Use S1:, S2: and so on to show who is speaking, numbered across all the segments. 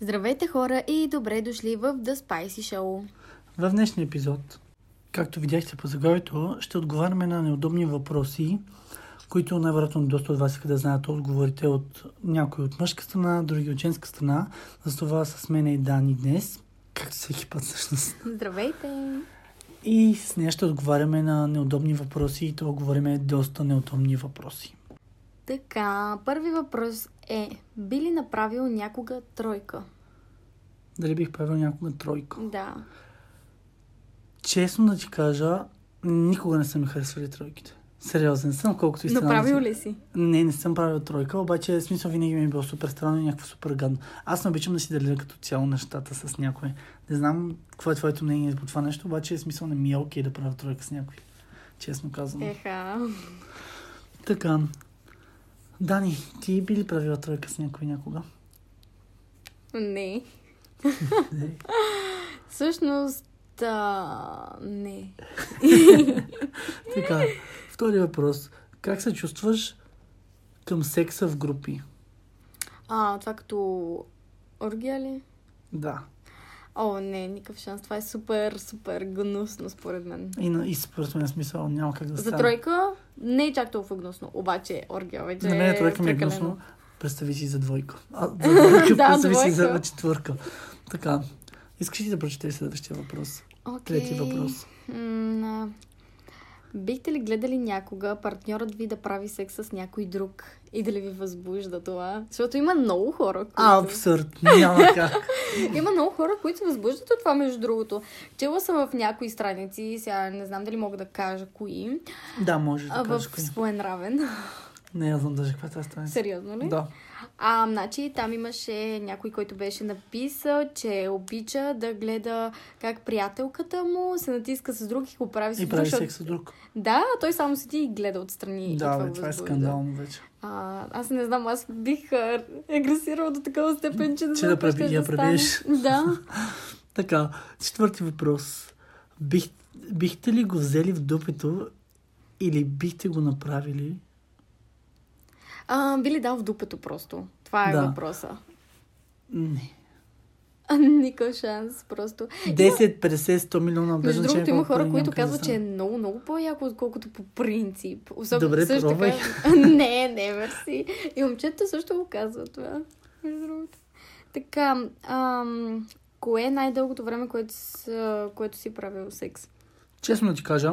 S1: Здравейте хора и добре дошли в The Spicy Show.
S2: В днешния епизод, както видяхте по заглавието, ще отговаряме на неудобни въпроси, които най-вероятно доста от вас искат да знаят отговорите от някои от мъжка страна, други от женска страна. Затова с мен е Дани днес, както всеки път всъщност.
S1: Здравейте!
S2: И с нея ще отговаряме на неудобни въпроси и това говориме доста неудобни въпроси.
S1: Така, първи въпрос е, би ли направил някога тройка?
S2: Дали бих правил някога тройка?
S1: Да.
S2: Честно да ти кажа, никога не съм ми харесвали тройките. Сериозен съм, колкото
S1: Но
S2: и странно да
S1: правил
S2: се-
S1: ли си?
S2: Не, не съм правил тройка, обаче в смисъл винаги ми е било супер странно и някакво супер гадно. Аз не обичам да си деля като цяло нещата с някой. Не знам какво е твоето мнение по това нещо, обаче в смисъл не ми е окей да правя тройка с някой. Честно казвам.
S1: Е. Еха.
S2: Така. Дани, ти би ли правила тройка с някой някога?
S1: Не.
S2: Не.
S1: Всъщност, а, не.
S2: така. Втори въпрос. Как се чувстваш към секса в групи?
S1: А, това като оргия ли?
S2: Да.
S1: О, не, никакъв шанс. Това е супер, супер гнусно според мен.
S2: И, на- и според мен смисъл няма как да
S1: За
S2: стане.
S1: тройка не е чак толкова гнусно, обаче оргия вече
S2: За мен е тройка ми е
S1: прекалено.
S2: гнусно. Представи си за двойка. А, за двойка,
S1: Да,
S2: представи
S1: двойка.
S2: си за четвърка. Така. Искаш ли да прочетеш следващия въпрос?
S1: Окей.
S2: Трети въпрос.
S1: М, а, Бихте ли гледали някога партньорът ви да прави секс с някой друг и дали ви възбужда това? Защото има много хора, които...
S2: А, абсурд. Няма как.
S1: Има много хора, които се възбуждат от това, между другото. Чела съм в някои страници, сега не знам дали мога да кажа кои,
S2: Да, може
S1: а,
S2: да
S1: в
S2: кажеш. кои.
S1: Своенравен.
S2: Не, аз знам даже каква е тази страница.
S1: Сериозно ли?
S2: Да.
S1: А, значи там имаше някой, който беше написал, че обича да гледа как приятелката му се натиска с друг и го прави с
S2: И
S1: друг,
S2: прави
S1: защото-
S2: секс с друг.
S1: Да, той само седи и гледа отстрани. и
S2: Да, бе,
S1: го
S2: това е
S1: възбужда.
S2: скандално вече.
S1: А, аз не знам, аз бих а, агресирала до такава степен, че не
S2: Че
S1: знам
S2: да
S1: какво ще
S2: преби- я
S1: стане.
S2: пребиеш.
S1: Да.
S2: Така, четвърти въпрос. Бих, бихте ли го взели в дупето или бихте го направили?
S1: А, би ли дал в дупето просто? Това е
S2: Да.
S1: въпроса.
S2: Не.
S1: А, Никакъв шанс, просто.
S2: 10, 50, 100 милиона. без
S1: Между
S2: значение
S1: другото, има
S2: колко пари,
S1: хора,
S2: няма
S1: които
S2: как да
S1: казват, че
S2: стане.
S1: е много, много по-яко, отколкото по принцип. Особено
S2: Добре,
S1: също
S2: пробвай.
S1: така. не, не, мерси. И момчета също го казват това. Между другото. Така, ам, кое е най-дългото време, което, с, което си правил секс?
S2: Честно да ти кажа,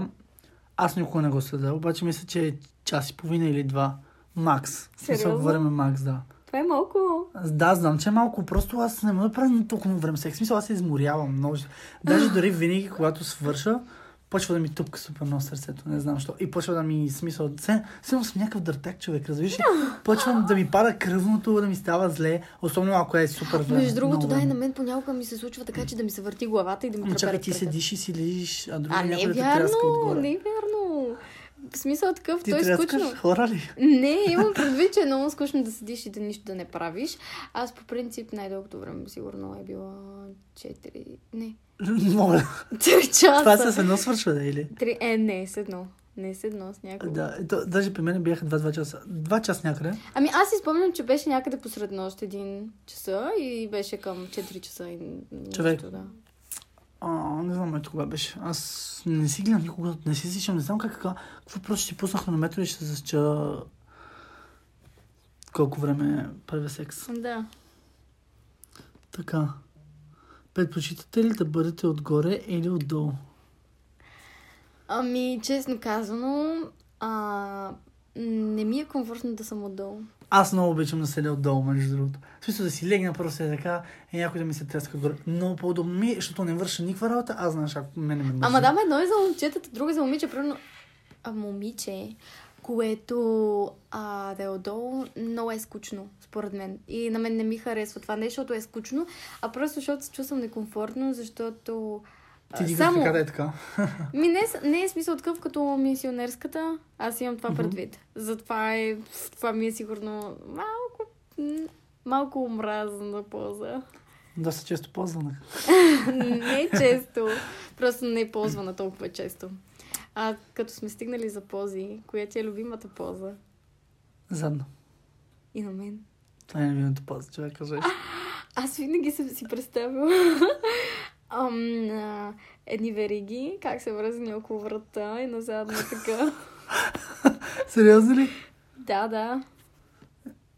S2: аз никога не го следя, обаче мисля, че е час и половина или два. Макс. В
S1: Сериозно?
S2: Смисъл, говорим макс, да.
S1: Това е малко.
S2: Аз- Да, знам, че е малко. Просто аз не мога да правя на толкова много време секс. В Смисъл, аз се изморявам много. Даже дори винаги, когато свърша, почва да ми тупка супер много сърцето. Не знам защо. И почва да ми смисъл. Се, съм съм някакъв дъртак човек, разбираш? ли? Почвам да ми пада кръвното, да ми става зле. Особено ако е супер време.
S1: Между другото,
S2: много
S1: да, и
S2: време.
S1: на мен понякога ми се случва така, че да ми се върти главата и да ми
S2: Ама
S1: треперят
S2: чакай, ти
S1: краката.
S2: седиш и си лежиш, а други
S1: А, не е
S2: някой да те тряска
S1: вярно,
S2: отгоре.
S1: не е вярно. В смисъл такъв,
S2: Ти
S1: той е скучно.
S2: тряскаш хора ли?
S1: Не, имам предвид, че е много скучно да седиш и да нищо да не правиш. Аз по принцип най-дългото време сигурно е било 4... Не,
S2: Мога.
S1: 3 часа.
S2: Това с едно свършва, да, или?
S1: Три... Е, не, с едно. Не с едно, с някакво.
S2: Да, ето, даже при мен бяха 2-2 часа. 2 часа някъде.
S1: Ами аз си спомням, че беше някъде посред нощ един часа и беше към 4 часа и нещо,
S2: Човек.
S1: да.
S2: А, не знам, ето кога беше. Аз не си гледам никога, не си сичам, не знам как, как, какво просто ще пуснах на метро и ще засча колко време правя секс.
S1: Да.
S2: Така. Предпочитате ли да бъдете отгоре или отдолу?
S1: Ами, честно казано, а, не ми е комфортно да съм отдолу.
S2: Аз много обичам да седя отдолу, между другото. В смисъл да си легна просто е така и някой да ми се тряска горе. Много по-удобно ми, е, защото не върша никаква работа, аз знаеш, ако мене ме мързи.
S1: Ама да, ме едно е за момчетата, друго е за момиче. Примерно, а момиче, което а, да е отдолу, много е скучно, според мен. И на мен не ми харесва това не, защото е скучно, а просто защото се чувствам некомфортно, защото... а,
S2: Ти дигаш
S1: само...
S2: ръката е така.
S1: Ми не, с- не е смисъл такъв като мисионерската, аз имам това предвид. Затова е, това ми е сигурно малко, м, малко омразна поза.
S2: Доста често ползвана.
S1: Не е често. Просто не е ползвана толкова често. А като сме стигнали за пози, коя ти е любимата поза?
S2: Задно.
S1: И на мен.
S2: Това е минуто полза, човек, кажеш.
S1: Аз винаги съм си представила ам, а, едни вериги, как се връзни около врата и назад на така.
S2: Сериозно ли?
S1: да, да.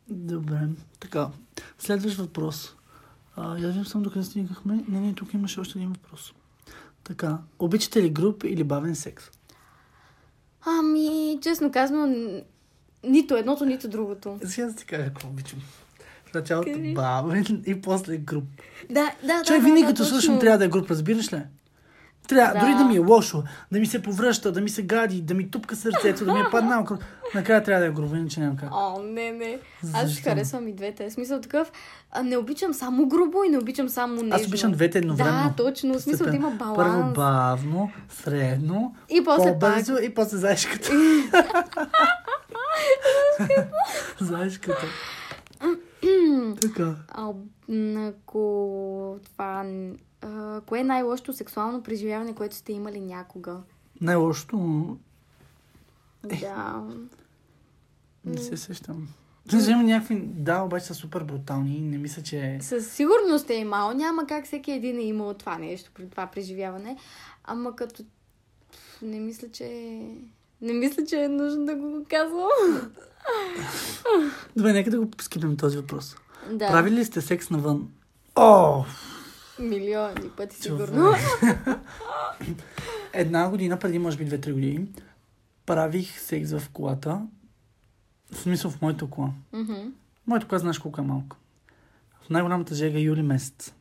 S2: Добре. Така, следващ въпрос. А, я виждам само докъде стигнахме. Не, не, тук имаше още един въпрос. Така, обичате ли груп или бавен секс?
S1: Ами, честно казано, н- нито едното, нито другото.
S2: Сега да ти кажа какво обичам. В началото
S1: Кажи.
S2: бавен и после груп.
S1: Да, да,
S2: Човек
S1: да,
S2: винаги
S1: да,
S2: като
S1: точно.
S2: слушам трябва да е груп, разбираш ли? Трябва,
S1: Да.
S2: дори да ми е лошо, да ми се повръща, да ми се гади, да ми тупка сърцето, да ми е падна около. Накрая трябва да е грубо, иначе няма как.
S1: О, не, не. Аз ще
S2: Защо?
S1: харесвам и двете. В Смисъл такъв, а, не обичам само грубо и не обичам само нежно.
S2: Аз обичам двете едновременно.
S1: Да, точно. В Смисъл да има баланс.
S2: Първо бавно, средно,
S1: И после пак.
S2: по-бързо и после заешката. заешката. така.
S1: А, м, ако това... н- А, кое е най-лошото сексуално преживяване, което сте имали някога?
S2: Най-лошото но Е,
S1: Да.
S2: не се сещам. Знаеш, има някакви, да, обаче са супер брутални и не мисля, че...
S1: Със сигурност е имал. Няма как всеки един е имал това нещо, при това преживяване. Ама като... Не мисля, че... Не мисля, че е нужно да го казвам.
S2: Добре, нека да го скипнем този въпрос.
S1: Да.
S2: Правили ли сте секс навън? О!
S1: Милиони пъти,
S2: Човек.
S1: сигурно.
S2: Една година преди, може би 2-3 години, правих секс в колата. В смисъл в моята кола.
S1: Мгм.
S2: Моето кола знаеш колко е малко. В най-голямата жега е юли месец.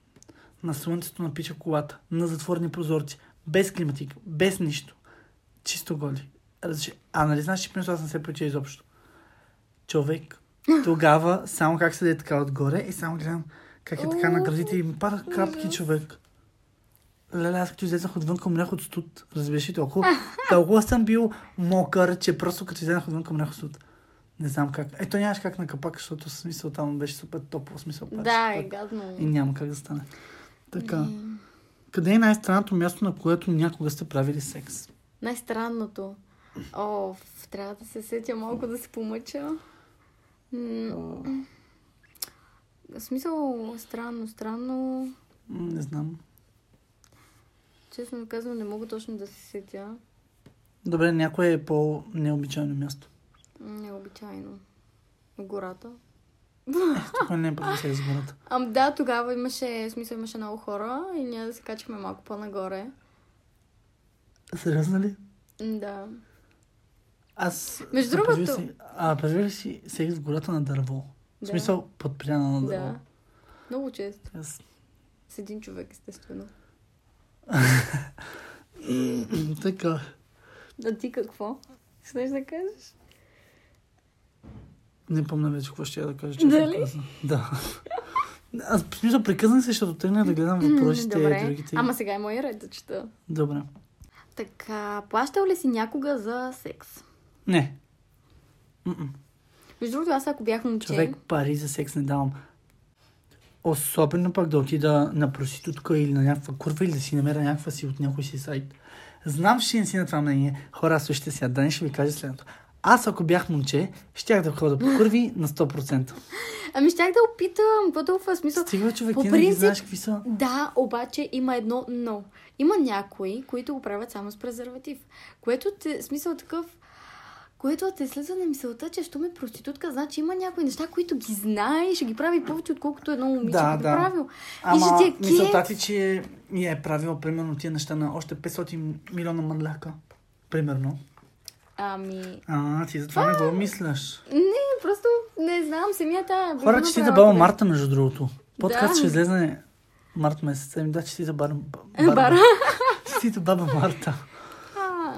S2: На слънцето напича колата, на затворени прозорци, без климатик, без нищо. Чисто голи. Разреши. А нали знаеш, че примерно аз не се прича изобщо. Човек, тогава само как се даде така отгоре и само гледам как е така на градите и ми падат капки човек. Леле, аз като излезнах отвън към млях от студ, разбираш ли толкова, толкова съм бил мокър, че просто като излезнах отвън към млях от студ. Не знам как. Ето нямаш как на капак, защото в смисъл там беше супер топло, в смисъл пак.
S1: Да, е гадно.
S2: И няма как да стане. Така.
S1: Е,
S2: Къде е най-странното място, на което някога сте правили секс?
S1: Най-странното. О, трябва да се сетя малко да се помъча. М, В смисъл, странно, странно.
S2: М, Не знам.
S1: Честно казвам, не мога точно да се сетя.
S2: Добре, някое е по-необичайно място.
S1: М, Необичайно. Гората.
S2: Тук не е прави секс в гората.
S1: Ам да, тогава имаше, в смисъл имаше много хора и ние да се качахме малко по-нагоре.
S2: Сериозно ли?
S1: М, Да.
S2: Аз...
S1: Между
S2: съм правил
S1: другото-
S2: се- А, правил ли си секс в гората на дърво? В
S1: Да.
S2: смисъл, под пляна на дърво.
S1: Да. Много често.
S2: Аз...
S1: С един човек, естествено.
S2: М, така.
S1: А ти какво? Смеш да кажеш?
S2: Не помня вече какво ще я да кажа.
S1: Дали?
S2: казвам. Да. Аз в смисъл прекъснах се, защото тръгнах да гледам въпросите
S1: Добре.
S2: и другите.
S1: Ама сега е мой ред да чета.
S2: Добре.
S1: Така, плащал ли си някога за секс?
S2: Не. М-м.
S1: Между другото, аз ако бях момче...
S2: Човек пари за секс не давам. Особено пък да отида на проститутка или на някаква курва или да си намеря някаква си от някой си сайт. Знам, че не си на това мнение. Хора, слушайте сега. Да не ще ви кажа следното. Аз ако бях момче, щях да хода по курви на 100%.
S1: Ами щях да опитам, какво толкова смисъл?
S2: Стига, човек,
S1: по
S2: ти не ги
S1: принцип-
S2: знаеш какви са.
S1: Да, обаче има едно но. Има някои, които го правят само с презерватив. Което те, смисъл такъв, което те следва на мисълта, че що ме проститутка, значи има някои неща, които ги знае и ще ги прави повече, отколкото едно момиче
S2: Да,
S1: би
S2: да.
S1: правил.
S2: Ама
S1: и ще ти е
S2: мисълта
S1: кеф.
S2: ти, че я е правила примерно тия неща на още 500 милиона мъдляка. Примерно.
S1: Ами,
S2: А, ти затова не го мислиш.
S1: не, просто не знам, самията...
S2: Хора, че ти да
S1: е-
S2: баба Марта, между другото. Подкаст
S1: Да.
S2: ще излезе март месец. Еми да, че ти да баба...
S1: Бара.
S2: Че ти баба Марта.
S1: А,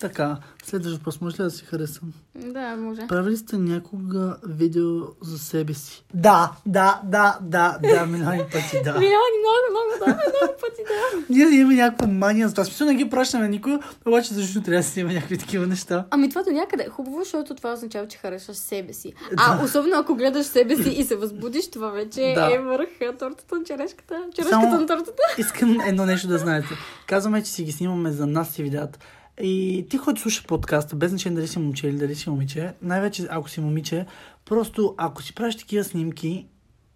S2: Така, следващ въпрос. Може ли да си харесам?
S1: да, може.
S2: Правили сте някога видео за себе си? Да, да, да, да, да, милиони пъти, да.
S1: Милиони, много, много, много, много пъти, да.
S2: Ние имаме някаква мания за това. В Смисъл не ги пращаме никой, обаче защо трябва да си има някакви такива неща?
S1: Ами това до някъде е хубаво, защото това означава, че харесваш себе си. А особено ако гледаш себе си и се възбудиш, това вече
S2: Да.
S1: е върх а, тортата на черешката. Черешката на тортата.
S2: Искам едно нещо да знаете. Казваме, че си ги снимаме за нас си видеята. И ти, който слуша подкаста, без значение дали си момче или дали си момиче, най-вече ако си момиче, просто ако си правиш такива снимки,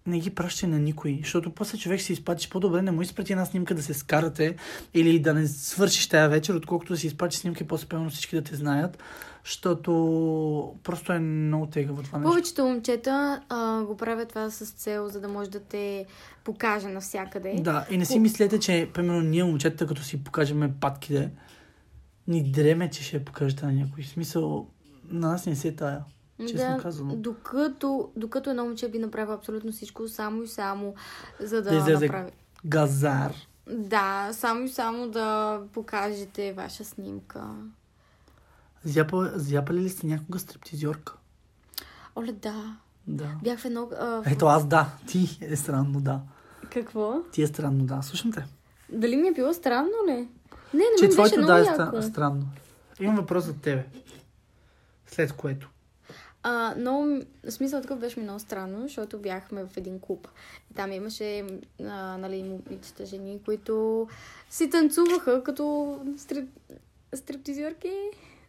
S2: не ги пращай на никой, защото после човек се изпачи по-добре, не му изпрати една снимка да се скарате или да не свършиш тая вечер, отколкото да си изпрати снимки по-спелно всички да те знаят, защото просто е много тегаво това нещо.
S1: Повечето момчета а, го правят това с цел, за да може да те покаже навсякъде.
S2: Да, и не си мислете, че примерно ние момчета, като си покажем патките, ни дреме, че ще я покажете на някой. В смисъл, на нас не се е тая. Честно
S1: да,
S2: казано.
S1: Докато, докато едно момче би направил абсолютно всичко само и само, за да,
S2: Да излезе-
S1: направи.
S2: Газар.
S1: Да, само и само да покажете ваша снимка.
S2: Зяпа, зяпали ли сте някога стриптизьорка?
S1: Оле, да.
S2: Да.
S1: Бях в едно... А, в...
S2: Ето аз да. Ти е странно да.
S1: Какво?
S2: Ти е странно да. Слушам те.
S1: Дали ми е било странно ли? Не, не ми
S2: Че
S1: беше
S2: твоето
S1: много
S2: да е
S1: яко.
S2: стра- странно. Имам въпрос за тебе. След което.
S1: А, но м- смисъл такъв беше ми много странно, защото бяхме в един клуб. И там имаше а, нали, момичета, жени, които си танцуваха като стрип... стриптизьорки.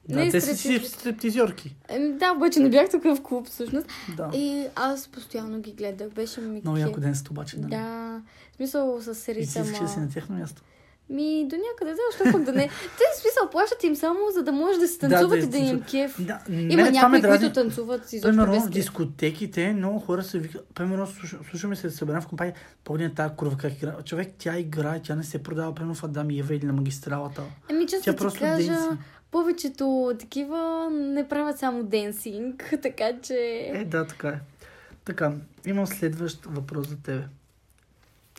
S2: Да, не, те са си
S1: стриптизьорки.
S2: стриптизьорки.
S1: Еми, Да, обаче не бях тук в клуб всъщност.
S2: Да.
S1: И аз постоянно ги гледах. Беше ми
S2: Много
S1: кеф.
S2: яко ден сте обаче. нали?
S1: Да, в смисъл с
S2: И си искаш да си
S1: ритъма.
S2: на тяхно място.
S1: Ми, до някъде, да, защо пък да не. Те в смисъл плащат им само, за да може да си
S2: Да,
S1: танцуват
S2: да
S1: и да им е
S2: танцуват.
S1: кеф.
S2: Да,
S1: Има
S2: мене това ме
S1: някои,
S2: дразни.
S1: които танцуват изобщо
S2: Примерно
S1: без
S2: в
S1: кеф.
S2: дискотеките много хора се викат, примерно слуш- слушаме се да съберем в компания, помня тази курва как игра. Човек, тя играе, тя не се продава, примерно в Адам и Ева или на магистралата.
S1: Ами, често
S2: Тя
S1: ти
S2: просто
S1: кажа,
S2: денси.
S1: повечето такива не правят само денсинг, така че...
S2: Е, да, така е. Така, имам следващ въпрос за тебе.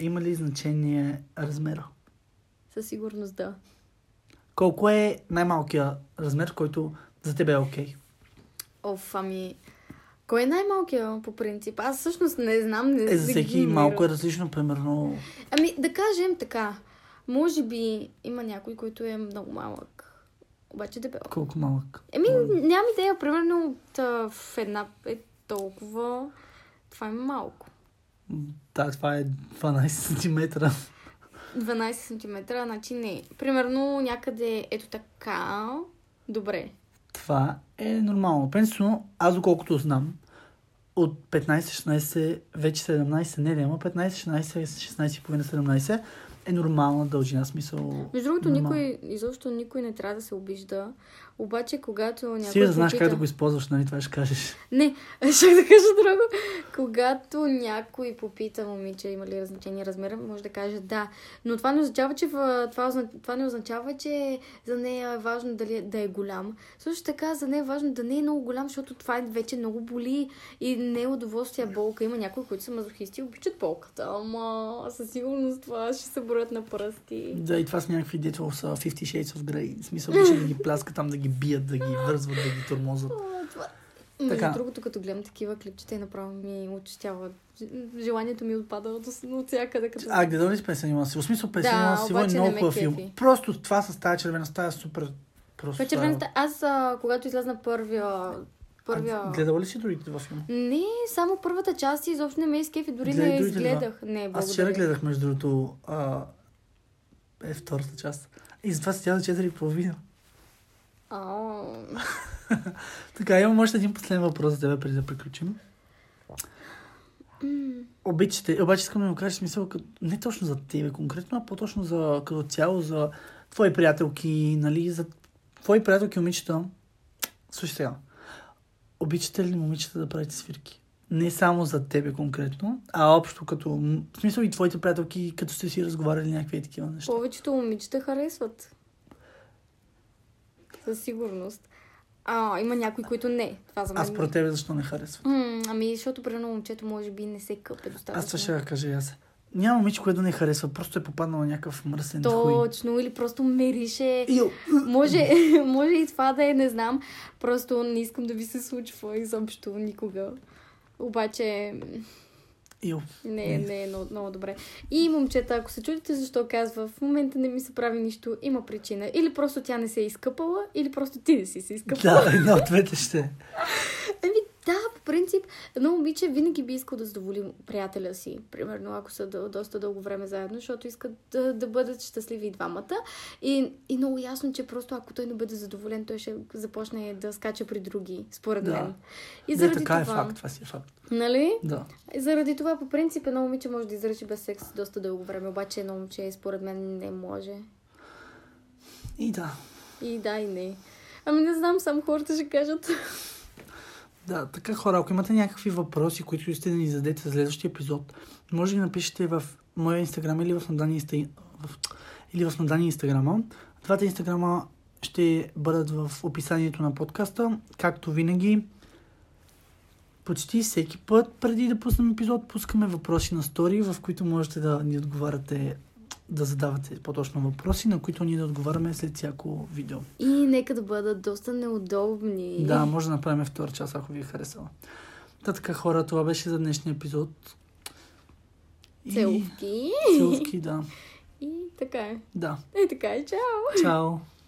S2: Има ли значение размера?
S1: Със сигурност да.
S2: Колко е най-малкият размер, който за тебе е окей?
S1: Оф, ами... Кой е най-малкият по принцип? Аз всъщност не знам. Не
S2: Е,
S1: си
S2: за
S1: ги
S2: всеки
S1: генерирам.
S2: малко е различно, примерно.
S1: Ами, да кажем така. Може би има някой, който е много малък. Обаче е дебел.
S2: Колко малък?
S1: Еми, нямам идея. Примерно от, а, в една е толкова. Това е малко.
S2: Да, това е 12 см.
S1: 12 см, значи не. Примерно някъде ето така. Добре.
S2: Това е нормално. Принципно, аз доколкото знам, от 15-16, вече 17, не, няма 15-16, 16,5-17 е нормална дължина, смисъл.
S1: Между другото,
S2: нормална.
S1: никой, изобщо никой не трябва да се обижда. Обаче, когато някой.
S2: Си да
S1: те
S2: знаеш как
S1: пита-
S2: да го използваш, нали това ще кажеш.
S1: Не, ще да кажа друго. Когато някой попита момиче има ли значение размера, може да каже да. Но това не означава, че, в- това, озна- това не означава, че за нея е важно дали, е- да е голям. Също така, за нея е важно да не е много голям, защото това е вече много боли и не е удоволствие а болка. Има някои, които са мазохисти и обичат болката. Ама със сигурност това ще се броят на пръсти.
S2: Да, и това са някакви дето са 50 Shades of Grey. В смисъл, че да ги пляска там, да ги бият, да ги вързват, да ги тормозат.
S1: А, това... Между
S2: Така.
S1: другото, като гледам такива клипчета и направо ми очистява. Желанието ми е отпада от, от всякъде. Като...
S2: А, гледал ли си 50 нюанса? В смисъл 50
S1: Да,
S2: нюанса сиво е
S1: обаче не
S2: много
S1: ме
S2: хубав филм.
S1: кефи.
S2: Просто това с тази червена стая е супер. Просто. е
S1: Това червената... Аз, а, когато излязна първия... първия...
S2: Гледал ли си другите във филма?
S1: Не, само първата част и изобщо не ме изкефи, дори
S2: Гледай
S1: не
S2: другите два.
S1: изгледах. Не, благодаря.
S2: Аз вчера гледах, между другото, а, е втората част. И затова се тя до 4,5.
S1: Ау.
S2: Така, имам още един последен въпрос за теб, преди да приключим.
S1: М.
S2: Обичате, обаче искам да ми кажеш смисъл, като, не точно за тебе конкретно, а по-точно за, като цяло за твои приятелки, нали, за твои приятелки, момичета. Слушай сега, обичате ли момичета да правите свирки? Не само за тебе конкретно, а общо като, м, в смисъл и твоите приятелки, като сте си разговаряли някакви такива неща.
S1: Повечето момичета харесват. Със сигурност. А, има някои, които не. Това за мен.
S2: А според тебе защо не харесва?
S1: М, ами, защото примерно момчето може би не се къпе достатъчно.
S2: Аз това ще я кажа и аз. Няма момиче, което да не харесва, просто е попаднала някакъв мръсен хуй.
S1: Точно, или просто мерише.
S2: Ио,
S1: Може, може и това да е, не знам. Просто не искам да ви се случва изобщо никога. Обаче,
S2: ио.
S1: не, не е много, много добре. И момчета, ако се чудите защо казва, в момента не ми се прави нищо, има причина. Или просто тя не се е изкъпала, или просто ти не си се изкъпала.
S2: Да, една от двете ще. е.
S1: Еми, Ами Да, по принцип, едно момиче винаги би искал да задоволи приятеля си, примерно, ако са до, доста дълго време заедно, защото искат да, да бъдат щастливи и двамата. И, и много ясно, че просто ако той не бъде задоволен, той ще започне да скача при други, според
S2: Да.
S1: мен. И
S2: Да,
S1: заради
S2: така
S1: това,
S2: е факт, това си е факт.
S1: нали?
S2: Да.
S1: И заради това, по принцип, едно момиче може да изръчи без секс доста дълго време, обаче едно момче, според мен, не може.
S2: И да,
S1: И да, и не. Ами не знам, само хората ще кажат.
S2: Да, така хора, ако имате някакви въпроси, които сте да ни зададете за следващия епизод, може да ги напишете в моя инстаграм или в Надани Инста- в... или в Надани инстаграма. Двата инстаграма ще бъдат в описанието на подкаста, както винаги. Почти всеки път, преди да пуснем епизод, пускаме въпроси на стори, в които можете да ни отговаряте, да задавате по-точно въпроси, на които ние да отговаряме след всяко видео.
S1: И нека да бъдат доста неудобни.
S2: Да, може да направим втора част, ако ви е харесала. Та така, хора, това беше за днешния епизод. И-
S1: Целки.
S2: Целувки, да.
S1: И така е.
S2: Да.
S1: Е така е, чао!
S2: Чао.